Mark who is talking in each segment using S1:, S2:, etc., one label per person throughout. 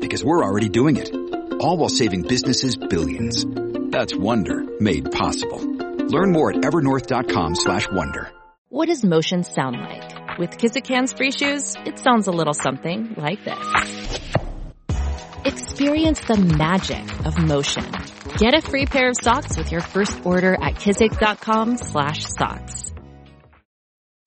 S1: Because we're already doing it. All while saving businesses billions. That's Wonder made possible. Learn more at evernorth.com slash wonder.
S2: What does motion sound like? With Kizikans free shoes, it sounds a little something like this. Experience the magic of motion. Get a free pair of socks with your first order at kizik.com slash socks.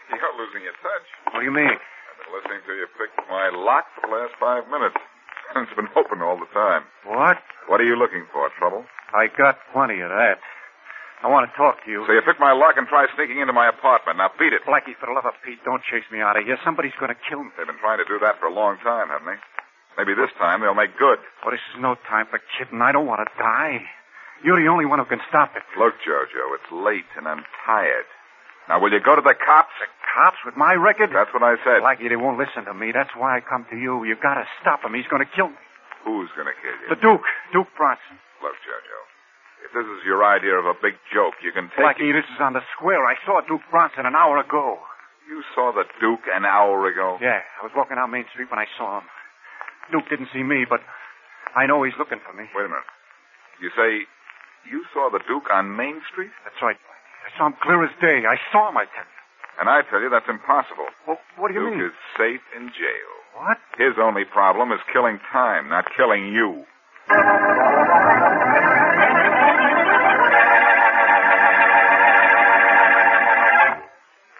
S3: I got plenty of that. I want to talk to you.
S4: So you pick my lock and try sneaking into my apartment. Now beat it.
S3: Blackie, for the love of Pete, don't chase me out of here. Somebody's going to kill me.
S4: They've been trying to do that for a long time, haven't they? Maybe this time they'll make good.
S3: Oh, this is no time for kidding. I don't want to die. You're the only one who can stop it.
S4: Look, Jojo, it's late and I'm tired. Now, will you go to the cops?
S3: The cops with my record?
S4: That's what I said.
S3: Blackie, they won't listen to me. That's why I come to you. You've got to stop him. He's going to kill me.
S4: Who's going to kill you?
S3: The Duke. Duke Bronson.
S4: Look, Jojo, if this is your idea of a big joke, you can take
S3: Blackie,
S4: it.
S3: this is on the square. I saw Duke Bronson an hour ago.
S4: You saw the Duke an hour ago?
S3: Yeah, I was walking down Main Street when I saw him. Duke didn't see me, but I know he's looking for me.
S4: Wait a minute. You say you saw the Duke on Main Street?
S3: That's right, Blackie. I saw him clear as day. I saw him, I tell you.
S4: And I tell you that's impossible.
S3: Well, what do you
S4: Duke
S3: mean?
S4: Duke is safe in jail.
S3: What?
S4: His only problem is killing time, not killing you.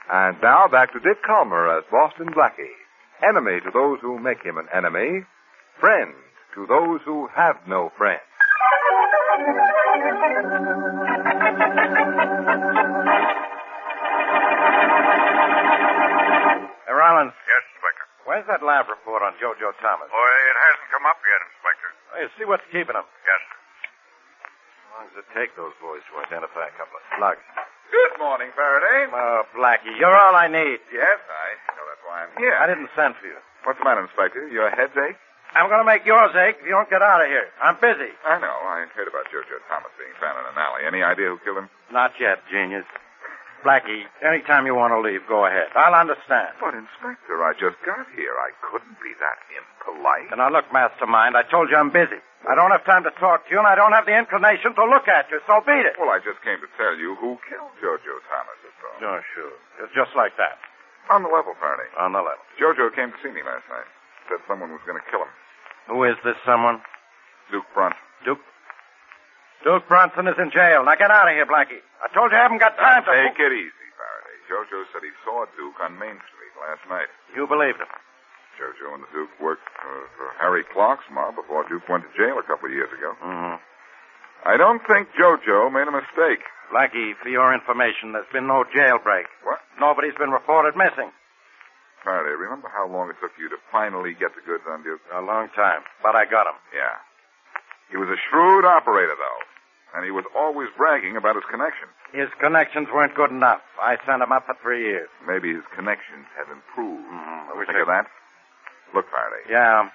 S5: And now back to Dick Calmer as Boston Blackie. Enemy to those who make him an enemy. Friend to those who have no friend.
S6: Hey, Rollins.
S7: Yes, Inspector.
S6: Where's that lab report on Jojo Thomas?
S7: Boy, it hasn't come up yet, Inspector.
S6: Well, you see what's keeping him.
S7: Yes, sir.
S6: How long does it take those boys to identify a couple of slugs?
S4: Good morning, Faraday.
S6: Oh, Blackie, you're all I need.
S4: Yes, I know that's why I'm here.
S6: I didn't send for you.
S4: What's the matter, Inspector? Your head's ache?
S6: I'm going to make yours ache if you don't get out of here. I'm busy.
S4: I know. Oh, I heard about Jojo Thomas being found in an alley. Any idea who killed him?
S6: Not yet, genius. Blackie, anytime you want to leave, go ahead. I'll understand.
S4: But, Inspector, I just got here. I couldn't be that impolite.
S6: And now look, mastermind, I told you I'm busy. I don't have time to talk to you, and I don't have the inclination to look at you, so beat it.
S4: Well, I just came to tell you who killed Jojo Thomas, that's all.
S6: No, sure. It's just like that.
S4: On the level, Faraday.
S6: On the level.
S4: Jojo came to see me last night. Said someone was going to kill him.
S6: Who is this someone?
S4: Duke Bronson.
S6: Duke. Duke Bronson is in jail. Now get out of here, Blackie. I told you I haven't got time
S4: Now,
S6: to.
S4: Take it easy, Faraday. Jojo said he saw Duke on Main Street last night.
S6: You believed him.
S4: Jojo and the Duke worked uh, for Harry Clark's mob before Duke went to jail a couple of years ago.
S6: Mm-hmm.
S4: I don't think Jojo made a mistake.
S6: Blackie, for your information, there's been no jailbreak.
S4: What?
S6: Nobody's been reported missing.
S4: entirely. Remember how long it took you to finally get the goods on Duke?
S6: A long time, but I got him.
S4: Yeah. He was a shrewd operator, though, and he was always bragging about his connections.
S6: His connections weren't good enough. I sent him up for three years.
S4: Maybe his connections have improved.
S6: Mm, I
S4: Ever
S6: wish I-
S4: think of that? Look, Faraday.
S6: Yeah.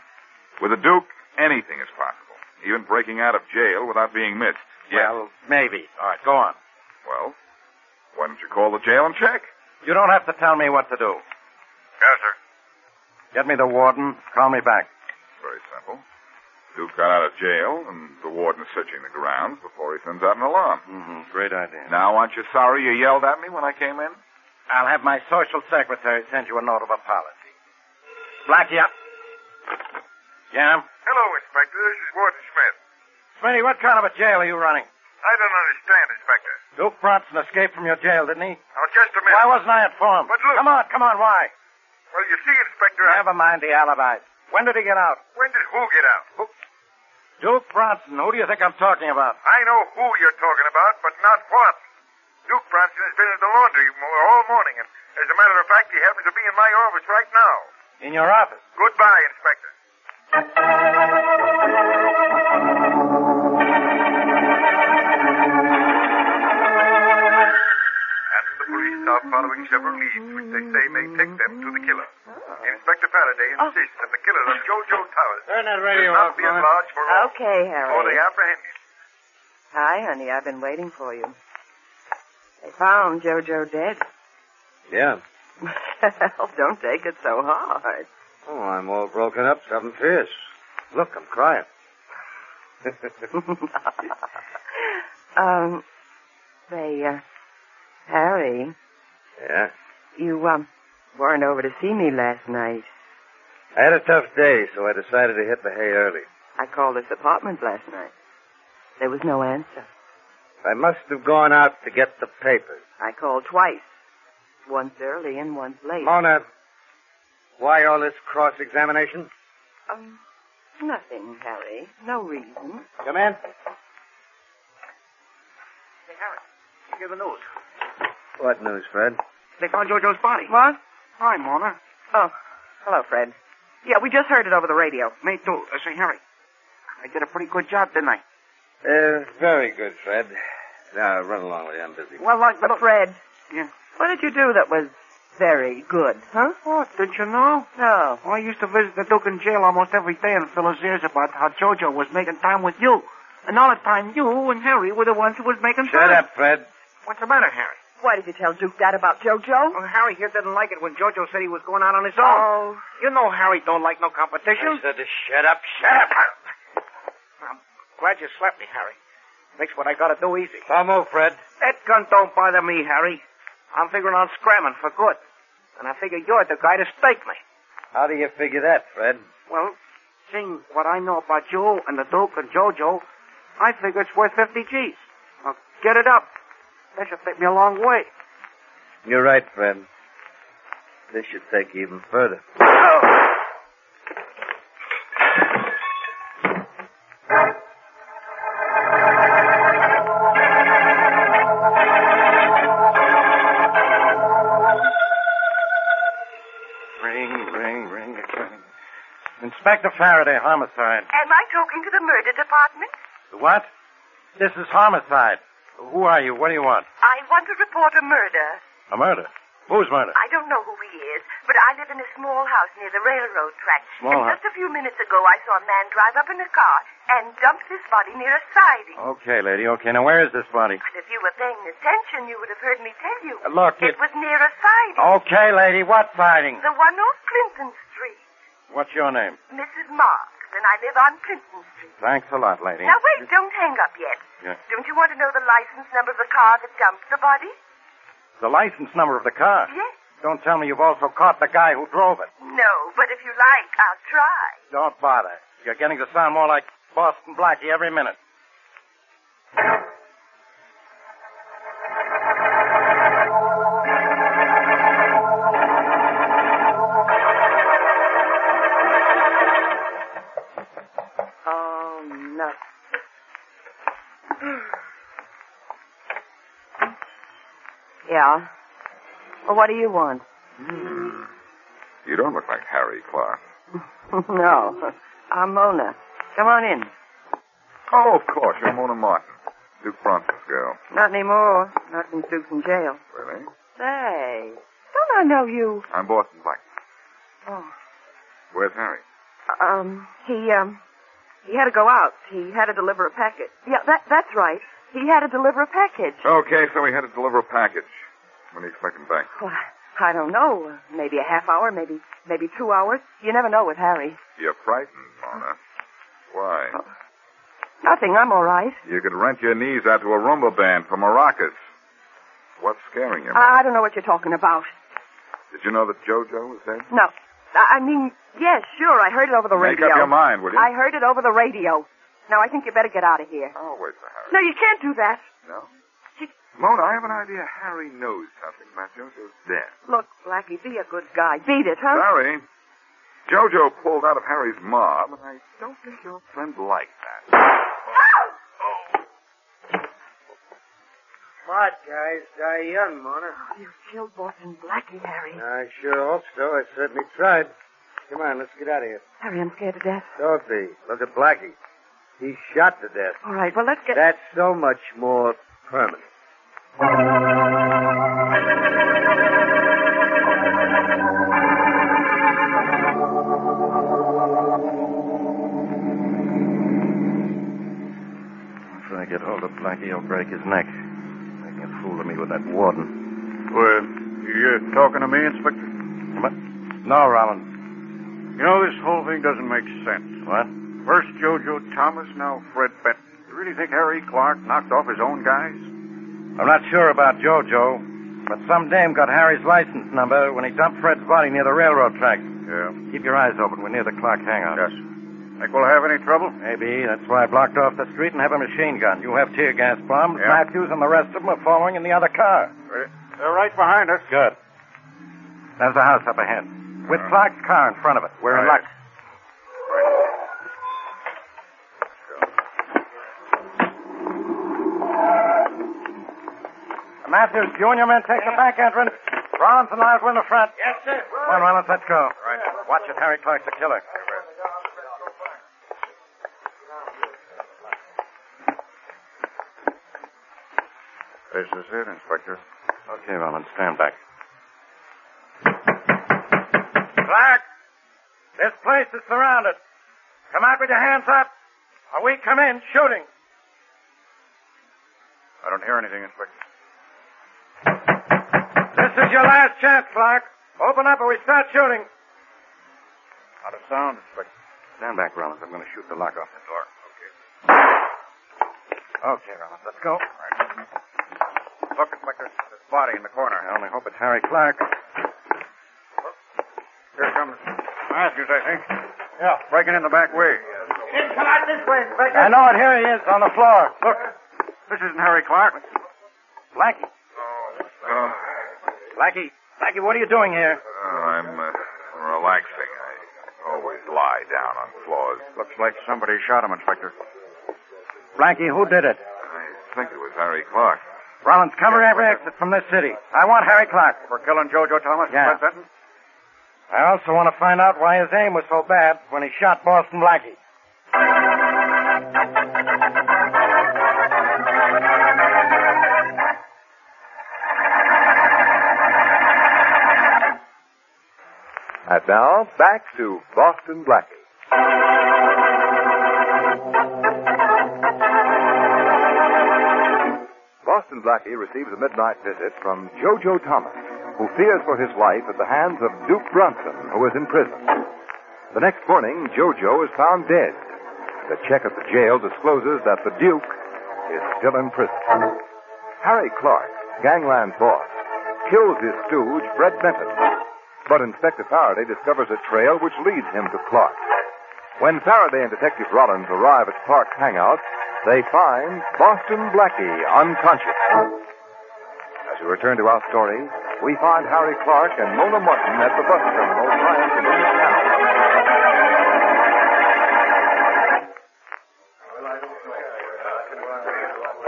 S4: With the Duke, anything is possible. Even breaking out of jail without being missed.
S6: Well, maybe. All right, go on.
S4: Well, why don't you call the jail and check?
S6: You don't have to tell me what to do.
S7: Yes, sir.
S6: Get me the warden. Call me back.
S4: Very simple. Duke got out of jail, and the warden is searching the grounds before he sends out an alarm.
S6: Mm-hmm. Great idea.
S4: Now, aren't you sorry you yelled at me when I came in?
S6: I'll have my social secretary send you a note of apology. Blackie up. Yeah?
S7: Hello, Inspector. This is Warden Smith.
S6: Smitty, what kind of a jail are you running?
S7: I don't understand, Inspector.
S6: Duke Bronson escaped from your jail, didn't he?
S7: Now, just a minute.
S6: Why wasn't I informed?
S7: But look-
S6: Come on, come on, why?
S7: Well, you see, Inspector, I...
S6: Never mind the alibis. When did he get out?
S7: when did who get out?
S6: Duke Bronson. Who do you think I'm talking about?
S7: I know who you're talking about, but not what. Duke Bronson has been in the laundry mo- all morning, and as a matter of fact, he happens to be in my office right now.
S6: In your office.
S7: Goodbye, Inspector. And the police are following several leads which they say may take them to the killer. Inspector Faraday insists that the killer of Jojo Towers
S6: Turn that
S7: will not be at large for all
S8: Okay,
S7: before
S8: Harry.
S7: they apprehend him.
S8: Hi, honey. I've been waiting for you. They found JoJo dead.
S6: Yeah.
S8: Well, don't take it so hard.
S6: Oh, I'm all broken up, something fierce. Look, I'm crying.
S8: um, they, uh, Harry,
S6: Yeah.
S8: you, um, weren't over to see me last night.
S6: I had a tough day, so I decided to hit the hay early.
S8: I called this apartment last night. There was no answer.
S6: I must have gone out to get the papers.
S8: I called twice. Once early and once late.
S6: Mona, why all this cross examination?
S8: Um, nothing, Harry. No reason.
S6: Come in.
S8: Hey, Harry.
S6: Hear the news. What news, Fred?
S8: They found Jojo's body. What?
S6: Hi, Mona.
S8: Oh, hello, Fred. Yeah, we just heard it over the radio.
S6: Me too. Uh, say, Harry, I did a pretty good job, didn't I? Uh, very good, Fred. Now, run along with you. I'm busy.
S8: Well, like, but Fred.
S6: Yeah.
S8: What did you do that was very good, huh?
S6: What? Didn't you know?
S8: No.
S6: I used to visit the Duke in jail almost every day and fill his ears about how Jojo was making time with you. And all the time, you and Harry were the ones who was making Shut time. Shut up, Fred.
S7: What's the matter, Harry?
S8: Why did you tell Duke that about JoJo?
S6: Well, Harry here didn't like it when Jojo said he was going out on his own.
S8: Oh,
S6: You know Harry don't like no competition.
S7: said to shut up, shut up.
S6: Glad you slapped me, Harry. Makes what I gotta do easy. Come on, Fred. That gun don't bother me, Harry. I'm figuring on scramming for good. And I figure you're the guy to stake me. How do you figure that, Fred? Well, seeing what I know about you and the Duke and Jojo, I figure it's worth 50 G's. Now, get it up. That should take me a long way. You're right, Fred. This should take even further. Ring, ring, ring. Inspector Faraday, homicide.
S8: am I talking to the murder department?
S6: What? This is homicide. Who are you? What do you want?
S8: I want to report a murder.
S6: A murder. Who's murder?
S8: I don't know who he is, but I live in a small house near the railroad track.
S6: Small
S8: and
S6: house.
S8: just a few minutes ago, I saw a man drive up in a car and dump his body near a siding.
S6: Okay, lady. Okay, now where is this body?
S8: But if you were paying attention, you would have heard me tell you.
S6: Uh, look, it-
S8: it
S6: Oh.
S8: was near a siding.
S6: Okay, lady. What siding?
S8: The one off Clinton Street.
S6: What's your name?
S8: Mrs. Marks, and I live on Clinton Street.
S6: Thanks a lot, lady.
S8: Now, wait, don't hang up yet.
S6: Yeah.
S8: Don't you want to know the license number of the car that dumped the body?
S6: The license number of the car.
S8: Yes.
S6: Don't tell me you've also caught the guy who drove it.
S8: No, but if you like, I'll try.
S6: Don't bother. You're getting to sound more like Boston Blackie every minute.
S8: Oh, no. yeah. Well, what do you want?
S4: You You don't look like Harry Clark.
S8: no. I'm Mona. Come on in.
S4: Oh, of course. You're Mona Martin, Duke Bronson's girl.
S8: Not anymore. Not since Duke's in jail.
S4: Really?
S8: Say, don't I know you?
S4: I'm Boston Black.
S8: Oh.
S4: Where's Harry?
S8: Um, he, um, he had to go out. He had to deliver a package. Yeah, that, that's right. He had to deliver a package.
S4: Okay, so we had to deliver a package. When do you expect him back?
S8: Well, I don't know. Maybe a half hour, maybe, maybe two hours. You never know with Harry.
S4: You're frightened, Mona. Why?
S8: Nothing. I'm all right.
S4: You could rent your knees out to a rumba band for maracas. What's scaring you? Mona?
S8: I, I don't know what you're talking about.
S4: Did you know that JoJo was dead?
S8: No. I, I mean, yes, sure. I heard it over the
S4: Make
S8: radio.
S4: up your mind, will you?
S8: I heard it over the radio. Now I think you better get out of here.
S4: Oh, wait for Harry.
S8: No, you can't do that.
S4: No? Mona, I have an idea Harry knows something about JoJo's death.
S8: Look, Blackie, be a good guy. Beat it, huh?
S4: Sorry. JoJo pulled out of Harry's mob, and I don't think your friend liked that.
S9: Smart guys die young, Mona.
S8: You killed Boston Blackie, Harry.
S9: I sure hope so. I certainly tried. Come on, let's get out of here.
S8: Harry, I'm scared to death.
S9: Don't be. Look at Blackie. He's shot to death.
S8: All right, well, let's get.
S9: That's so much more permanent.
S10: If I get hold of Blackie, he'll break his neck. Making a fool of me with that warden.
S6: Well, you're talking to me, Inspector?
S10: What? No, Rollins.
S6: You know, this whole thing doesn't make sense.
S10: What?
S6: First Jojo Thomas, now Fred Benton. You really think Harry Clark knocked off his own guys?
S10: I'm not sure about Jojo, but some dame got Harry's license number when he dumped Fred's body near the railroad tracks.
S6: Yeah.
S10: Keep your eyes open. We're near the Clark hangout.
S6: Yes. Think we'll have any trouble?
S10: Maybe. That's why I blocked off the street and have a machine gun. You have tear gas bombs.
S6: Yeah.
S10: Matthews and the rest of them are following in the other car.
S6: Uh, They're right behind us.
S10: Good. There's a house up ahead. With Clark's car in front of it. We're in luck. Matthews, you and your men take the back entrance. Rollins and Lyles win the front.
S9: Yes, sir.
S10: Come on, Rollins, let's go. Watch it, Harry Clark's the killer.
S4: This is it, Inspector.
S10: Okay, Rollins, stand back.
S9: Clark, this place is surrounded. Come out with your hands up, or we come in shooting.
S6: I don't hear anything, Inspector.
S9: This is your last chance, Clark. Open up or we start shooting.
S6: Not a sound, Inspector.
S10: Stand back, Rollins. I'm going to shoot the lock off the door.
S6: Okay.
S10: Okay, Rollins, let's go.
S6: Look, Inspector. This body in the corner.
S10: I only hope it's Harry Clark.
S6: Here comes Matthews, I think.
S10: Yeah.
S6: Breaking in the back way.
S9: Then come out this way, Inspector.
S10: I know it. Here he is on the floor. Look,
S6: This isn't Harry Clark.
S10: Blackie.
S4: Oh,
S10: Blackie. Blackie, what are you doing here?
S4: oh, I'm uh, relaxing. I always lie down on floors.
S6: Looks like somebody shot him, Inspector.
S10: Blackie, who did it?
S4: I think it was Harry Clark.
S10: Rollins, cover every exit from this city. I want Harry Clark.
S6: For killing Jojo Thomas and
S10: Yeah.
S6: Fred Benton?
S10: I also want to find out why his aim was so bad when he shot Boston Blackie.
S5: And now, back to Boston Blackie. Boston Blackie receives a midnight visit from Jojo Thomas, who fears for his life at the hands of Duke Bronson, who is in prison. The next morning, Jojo is found dead. The check at the jail discloses that the Duke is still in prison. Harry Clark, gangland boss, kills his stooge, Fred Benton. But Inspector Faraday discovers a trail which leads him to Clark. When Faraday and Detective Rollins arrive at Clark's hangout, they find Boston Blackie unconscious. As we return to our story, we find Harry Clark and Mona Martin at the bus terminal trying to leave town.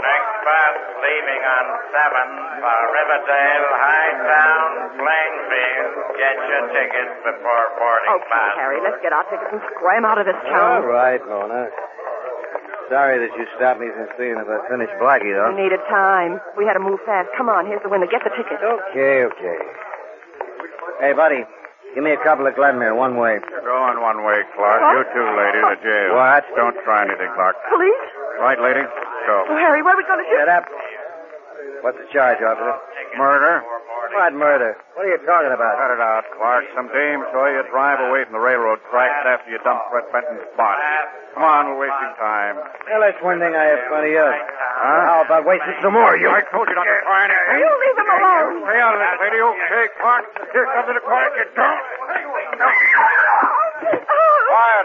S6: Next fast
S5: leaving on 7 for Riverdale, Hightown, Plainfield. Get your tickets before boarding
S8: Okay,
S5: pass.
S8: Harry, let's get our tickets and scram out of this town.
S11: All right, Mona. Sorry that you stopped me from seeing if I finished Blackie,
S8: We
S11: though.
S8: needed time. We had to move fast. Come on, here's the window. Get the ticket.
S11: Okay, okay. Hey, buddy, give me a couple of Glenmere one way.
S6: Go on one way, Clark.
S8: What?
S6: You too, lady, to jail.
S11: What?
S6: Don't try anything, Clark.
S8: Police?
S6: Right, lady? Go.
S8: Oh, Harry, where are we going to
S11: Shut up. What's the charge, officer?
S6: Murder?
S11: What murder? What are you talking about?
S6: Cut it out, Clark. Some dame saw you drive away from the railroad tracks after you dumped Fred Benton's body. Come on, we're wasting time.
S11: Well, that's one thing I have plenty of. How about wasting some more, you?
S6: I told you not to try anything.
S8: You leave him alone.
S6: Stay out of this, lady. Okay, Clark. Here comes the Clark. You don't. Quiet,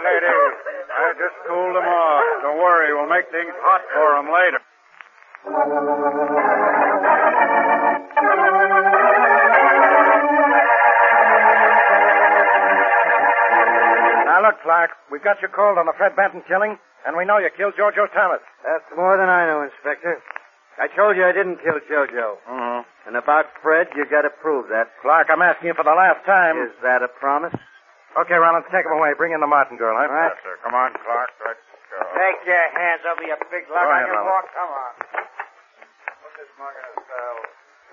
S6: lady. I just cooled them off. Don't worry. We'll make things hot for them later.
S11: Now, look, Clark,
S5: We've got you called on the Fred Benton killing, and we know you killed Giorgio Thomas.
S11: That's more than I know, Inspector. I told you I didn't kill Jojo.
S5: Mm-hmm.
S11: And about Fred, you gotta prove that.
S5: Clark, I'm asking you for the last time.
S11: Is that a promise?
S5: Okay, Ronald, take him away. Bring in the martingale, huh?
S11: Right.
S6: Yes, sir. Come on, Clark. Let's go.
S12: Take your hands over your big lug on
S6: Go ahead,
S12: your
S6: Mama.
S11: Oh,
S12: walk. Come on.
S6: Put this mug in his cell.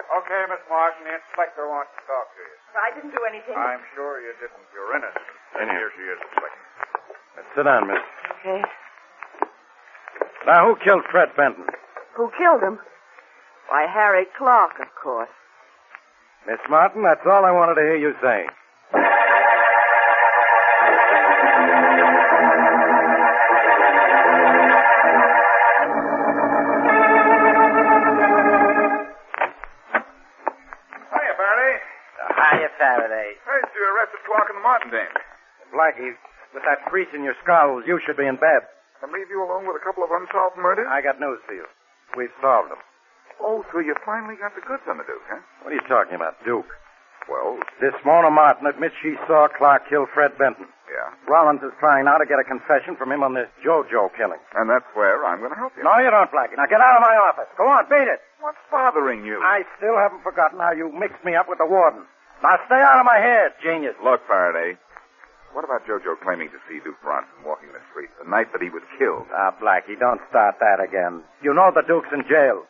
S6: Okay, Miss Martin, the inspector wants to talk to you.
S8: I didn't do anything.
S6: I'm sure you didn't. You're innocent. And here she is, inspector.
S11: Sit down, miss.
S8: Okay.
S11: Now, who killed Fred Benton?
S8: Who killed him? Why, Harry Clark, of course.
S11: Miss Martin, that's all I wanted to hear you say.
S4: Hiya, Barry.
S12: Hiya, Faraday.
S4: Hey, you arrested Clark and Martin, Dane.
S11: Blackie, with that breach in your skull, you should be in bed.
S4: And leave you alone with a couple of unsolved murders?
S11: I got news for you. We've solved them.
S4: Oh, so you finally got the goods on the Duke, huh?
S11: What are you talking about, Duke?
S4: Well,
S11: This Mona Martin admits she saw Clark kill Fred Benton.
S4: yeah.
S11: Rollins is trying now to get a confession from him on this JoJo killing.
S4: And that's where I'm going to help you.
S11: No, you don't, Blackie. Now get out of my office. Go on, beat it.
S4: What's bothering you?
S11: I still haven't forgotten how you mixed me up with the warden. Now stay out of my hair, genius.
S4: Look, Faraday. What about Jojo claiming to see Duke Bronson walking the streets the night that he was killed?
S11: Ah, Blackie, don't start that again. You know the Duke's in jail.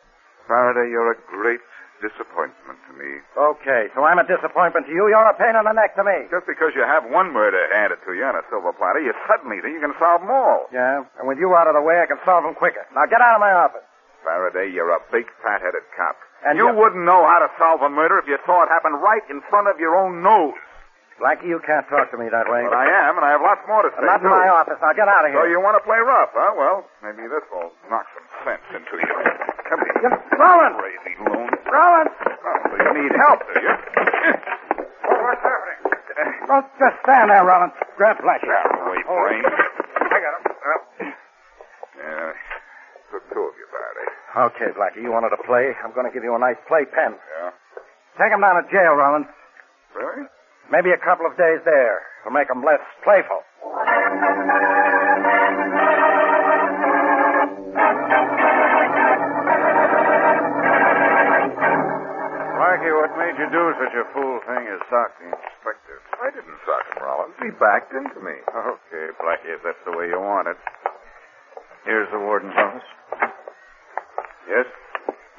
S4: Faraday, you're a great disappointment to me.
S11: Okay, so I'm a disappointment to you. You're a pain in the neck to me.
S4: Just because you have one murder handed to you on a silver platter, you suddenly think you can solve them all.
S11: Yeah, and with you out of the way, I can solve them quicker. Now get out of my office.
S4: Faraday, you're a big fat-headed cop.
S11: And
S4: you
S11: you-
S4: wouldn't know how to solve a murder if you saw it happen right in front of your own nose.
S11: Blackie, you can't talk to me that way.
S4: But I am, and I have lots more to say.
S11: Not
S4: too.
S11: in my office. Now get out of here.
S4: So you want to play rough, huh? Well, maybe this will knock some sense into you. Come here.
S11: Just Rollins!
S4: Crazy loon.
S11: Rollins!
S4: Oh, you need help, do you? What's happening?
S11: Don't just stand there, Rollins. Grab Blackie.
S4: Wait, brain. I got him. Well, yeah, took two of you, Faraday.
S11: Okay, Blackie, you wanted to play. I'm going to give you a nice play pen.
S4: Yeah.
S11: Take him down to jail, Rollins.
S4: Really?
S11: Maybe a couple of days there will make him less playful.
S6: Blackie, what made you do such a fool thing as sock the inspector?
S4: I didn't sock him, Rollins. He backed into me.
S6: Okay, Blackie, if that's the way you want it. Here's the warden's office. Yes,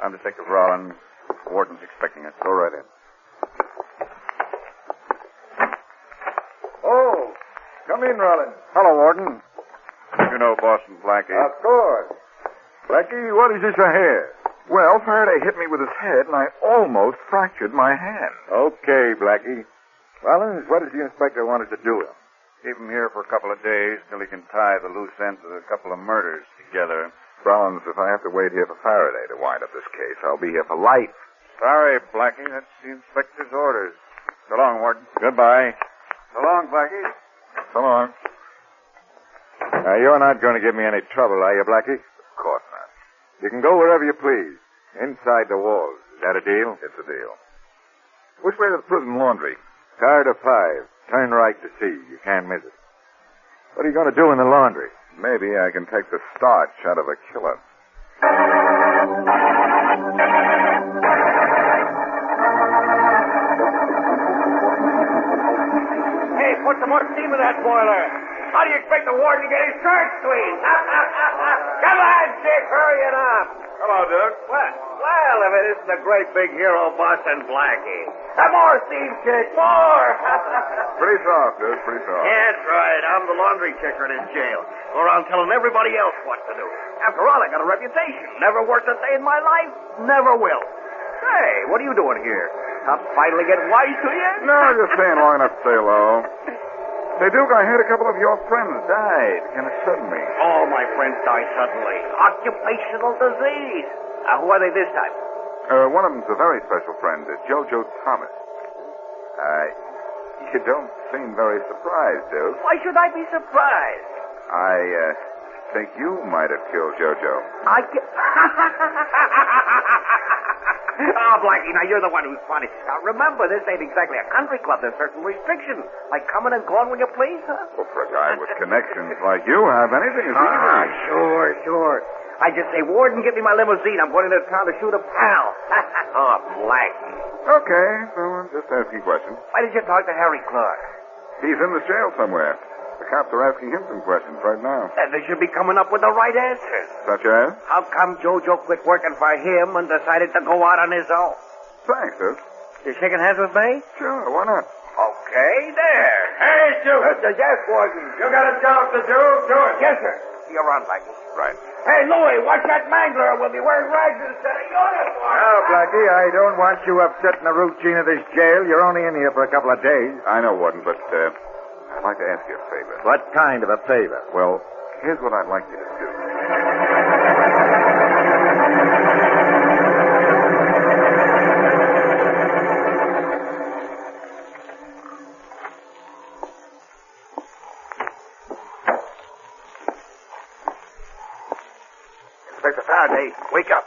S6: I'm Detective Rollins. The warden's expecting us. Go right in.
S11: Oh, come in, Rollins. Uh,
S6: Hello, Warden. You know Boston Blackie.
S11: Of course.
S4: Blackie, what is this I hear? Well, Faraday hit me with his head, and I almost fractured my hand.
S6: Okay, Blackie. Rollins, what does the inspector wanted to do with him? Keep him here for a couple of days till he can tie the loose ends of a couple of murders together.
S4: Rollins, if I have to wait here for Faraday to wind up this case, I'll be here for life.
S6: Sorry, Blackie. That's the inspector's orders. So long, Warden. Goodbye. So long, Blackie.
S4: So long.
S6: Now, you're not going to give me any trouble, are you, Blackie?
S4: Of course not.
S6: You can go wherever you please. Inside the walls. Is that a deal?
S4: It's a deal. Which way to the prison laundry?
S6: Car to five. Turn right to C. You can't miss it. What are you going to do in the laundry?
S4: Maybe I can take the starch out of a killer.
S5: put some more steam in that boiler.
S11: How do you expect the warden to get his shirt clean? Come on, Dick, hurry it up.
S13: Hello, Doug.
S11: What? Well, if it isn't the great big hero, Boston Blackie. Some more steam, Dick, more.
S4: Pretty soft, Doug, pretty soft.
S11: That's right. I'm the laundry checker in jail. Go around telling everybody else what to do. After all, I got a reputation. Never worked a day in my life. Never will. Hey, what are you doing here? Cops finally get wise to you?
S4: No, just staying long enough to say hello. Hey, Duke, I heard a couple of your friends died kind of suddenly.
S11: All my friends die suddenly. Occupational disease. Now, who are they this time?
S4: Uh, one of them's a very special friend, uh, Jojo Thomas. Uh, you don't seem very surprised, Duke.
S11: Why should I be surprised?
S4: I uh, think you might have killed Jojo.
S11: I get... oh, Blackie, now you're the one who's funny. Now, remember, this ain't exactly a country club. There's certain restrictions. Like coming and going when you please, huh?
S4: Well, for a guy with connections like you have, anything is
S11: Ah,
S4: easy.
S11: sure, sure. I just say, Warden, give me my limousine. I'm going into town to shoot a pal. oh, Blackie.
S4: Okay, so I'm just asking questions.
S11: Why did you talk to Harry Clark?
S4: He's in the jail somewhere. The cops are asking him some questions right now.
S11: Uh, they should be coming up with the right answers.
S4: Such as?
S11: How come Jojo quit working for him and decided to go out on his own?
S4: Thanks, Duke.
S11: You shaking hands with me?
S4: Sure, why not?
S11: Okay, there.
S5: Hey, Duke.
S11: Uh, yes, Warden.
S5: You got a job to do? Do it.
S11: Yes, sir. You're on, Blackie.
S4: Right.
S11: Hey, Louie, watch that mangler. We'll be wearing rags instead of uniforms.
S6: Now, Oh, Blackie, I don't want you upsetting the routine of this jail. You're only in here for a couple of days.
S4: I know, Warden, but uh, I'd like to ask you a favor.
S6: What kind of a favor?
S4: Well, here's what I'd like you to do.
S11: Inspector Faraday, wake up.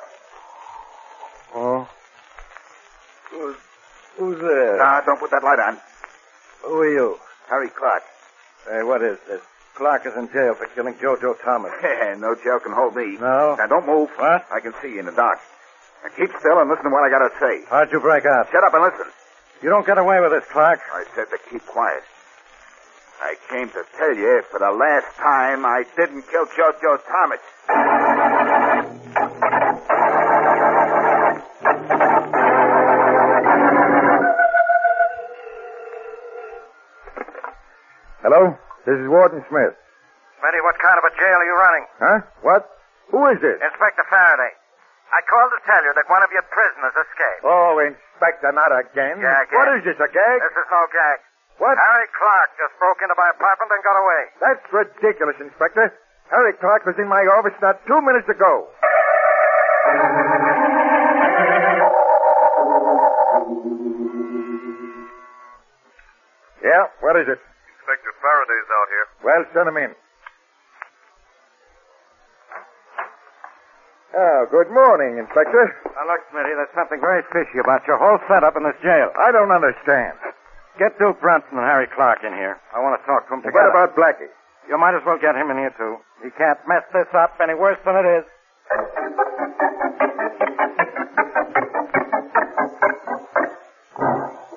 S6: Oh. Who's, who's there?
S11: Ah, don't put that light on.
S6: Who are you?
S11: Harry Clark.
S6: Hey, what is this? Clark is in jail for killing Jojo Thomas.
S11: no jail can hold me.
S6: No?
S11: Now, don't move.
S6: What?
S11: I can see you in the dark. Now, keep still and listen to what I got to say.
S6: How'd you break out?
S11: Shut up and listen.
S6: You don't get away with this, Clark.
S11: I said to keep quiet. I came to tell you for the last time I didn't kill Jojo Thomas.
S6: Hello? This is Warden Smith.
S5: Smitty, what kind of a jail are you running?
S6: Huh? What? Who is this?
S5: Inspector Faraday. I called to tell you that one of your prisoners escaped.
S6: Oh, Inspector, not again.
S5: Yeah, again.
S6: What is this, a gag?
S5: This is no gag.
S6: What?
S5: Harry Clark just broke into my apartment and got away.
S6: That's ridiculous, Inspector. Harry Clark was in my office not two minutes ago. Yeah, what is it?
S13: Inspector Faraday's out here.
S6: Well, send him in. Oh, good morning, Inspector.
S11: Now, look, Smitty, there's something
S6: Very fishy about your whole setup in this jail. I don't understand.
S11: Get Duke Brunson and Harry Clark in here. I want to talk to him
S6: What about Blackie?
S11: You might as well get him in here, too. He can't mess this up any worse than it is.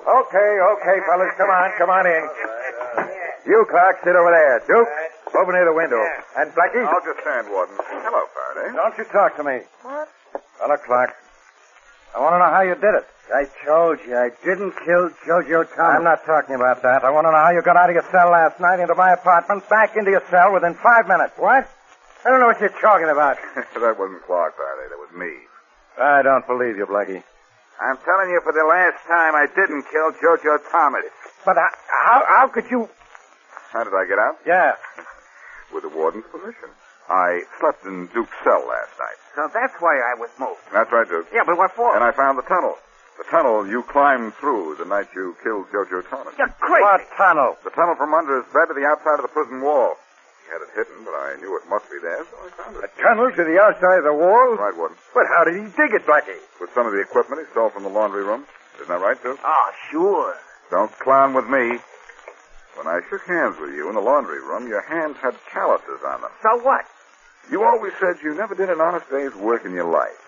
S6: Okay, okay, fellas, come on, come on in. You, Clark, sit over there. Duke, over near the window. And Blackie,
S4: I'll just stand, Warden. Hello, Faraday.
S6: don't you talk to me. What? Well, look, Clark, I want to know how you did it.
S14: I told you I didn't kill Jojo Thomas.
S6: I'm not talking about that. I want to know how you got out of your cell last night into my apartment, back into your cell within five minutes. What? I don't know what you're talking about.
S4: that wasn't Clark, Faraday. That was me.
S6: I don't believe you, Blackie.
S4: I'm telling you for the last time I didn't kill Jojo Thomas.
S6: But how, how, how could you?
S4: How did I get out?
S6: Yeah.
S4: With the warden's permission. I slept in Duke's cell last night.
S11: So that's why I was moved.
S4: That's right, Duke.
S11: Yeah, but what for?
S6: Uh,
S4: And I found the tunnel. The tunnel you climbed through the night you killed Jojo Thomas.
S11: You're crazy.
S6: What tunnel?
S4: The tunnel from under his bed to the outside of the prison wall. He had it hidden, but I knew it must be there, so I found it.
S6: Tunnel to the outside of the wall?
S4: Right, Warden.
S6: But how did he dig it, Blackie?
S4: With some of the equipment he stole from the laundry room. Isn't that right, Duke?
S11: Oh, sure.
S4: Don't clown with me. When I shook hands with you in the laundry room, your hands had calluses on them.
S11: So what?
S4: You always said you never did an honest day's work in your life.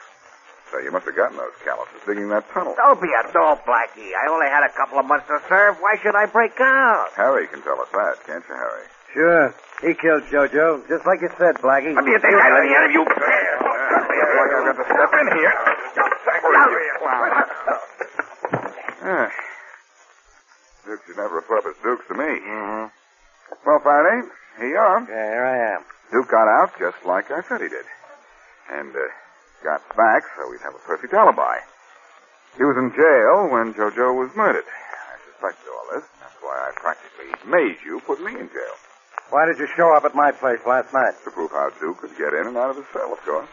S4: So you must have gotten those calluses digging that tunnel.
S11: Oh.
S15: Don't be a doll, Blackie. I only had a couple of months to serve. Why should I break out?
S4: Harry can tell us that, can't you, Harry?
S11: Sure. He killed Jojo, just like you said, Blackie.
S15: Let me get the hell out of here, you-
S4: Like I've got to step in here. Ah. Dukes should never refer to as Dukes to me. Mm-hmm. Well, Faraday, here you are.
S11: Yeah, here I am.
S4: Duke got out just like I said he did. And uh, got back so we'd have a perfect alibi. He was in jail when Jojo was murdered. I suspected all this. That's why I practically made you put me in jail.
S11: Why did you show up at my place last night?
S4: To prove how Duke could get in and out of his cell, of course.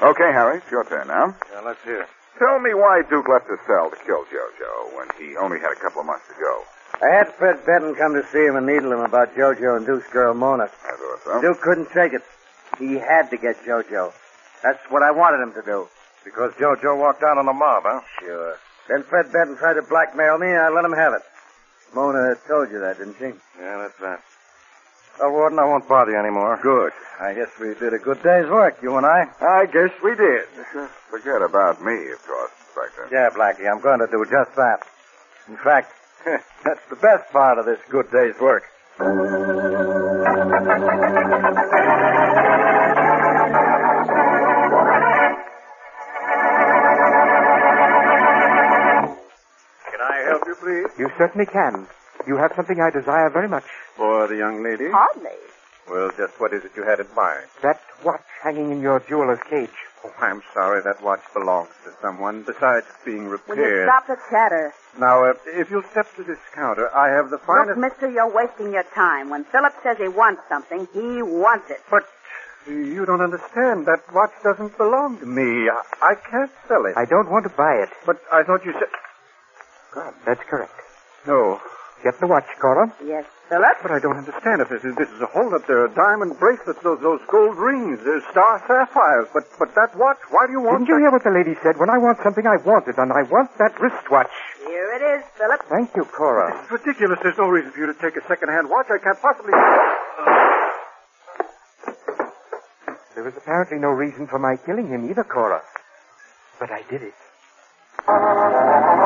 S4: Okay, Harry, it's your turn now.
S11: Yeah, let's hear.
S4: Tell me why Duke left his cell to kill Jojo when he only had a couple of months to go.
S11: I had Fred Benton come to see him and needle him about Jojo and Duke's girl Mona.
S4: I thought so.
S11: Duke couldn't take it. He had to get Jojo. That's what I wanted him to do.
S16: Because Jojo walked out on the mob, huh?
S11: Sure. Then Fred Benton tried to blackmail me, and I let him have it. Mona told you that, didn't she?
S16: Yeah, that's right. Well, Warden, I won't bother you anymore.
S11: Good. I guess we did a good day's work, you and I.
S16: I guess we did.
S4: Just forget about me, of course, Inspector.
S11: Yeah, Blackie, I'm going to do just that. In fact, that's the best part of this good day's work.
S6: Can I help you, please?
S17: You certainly can. You have something I desire very much.
S6: For the young lady?
S8: Hardly.
S6: Well, just what is it you had in mind?
S17: That watch hanging in your jeweler's cage.
S6: Oh, I'm sorry. That watch belongs to someone. Besides being
S8: Will
S6: repaired.
S8: you stop the chatter?
S6: Now, uh, if you'll step to this counter, I have the
S8: Look,
S6: finest.
S8: mister, you're wasting your time. When Philip says he wants something, he wants it.
S6: But you don't understand. That watch doesn't belong to me. I, I can't sell it.
S17: I don't want to buy it.
S6: But I thought you said.
S17: God, that's correct.
S6: No.
S17: Get the watch, Cora.
S8: Yes, Philip?
S6: But I don't understand if this is this is a holdup. There are diamond bracelets, those those gold rings, there's star sapphires. But but that watch, why do you want
S17: Didn't you
S6: that?
S17: hear what the lady said? When I want something, I want it, and I want that wristwatch.
S8: Here it is, Philip.
S17: Thank you, Cora.
S6: It's ridiculous. There's no reason for you to take a second-hand watch. I can't possibly.
S17: There was apparently no reason for my killing him either, Cora. But I did it.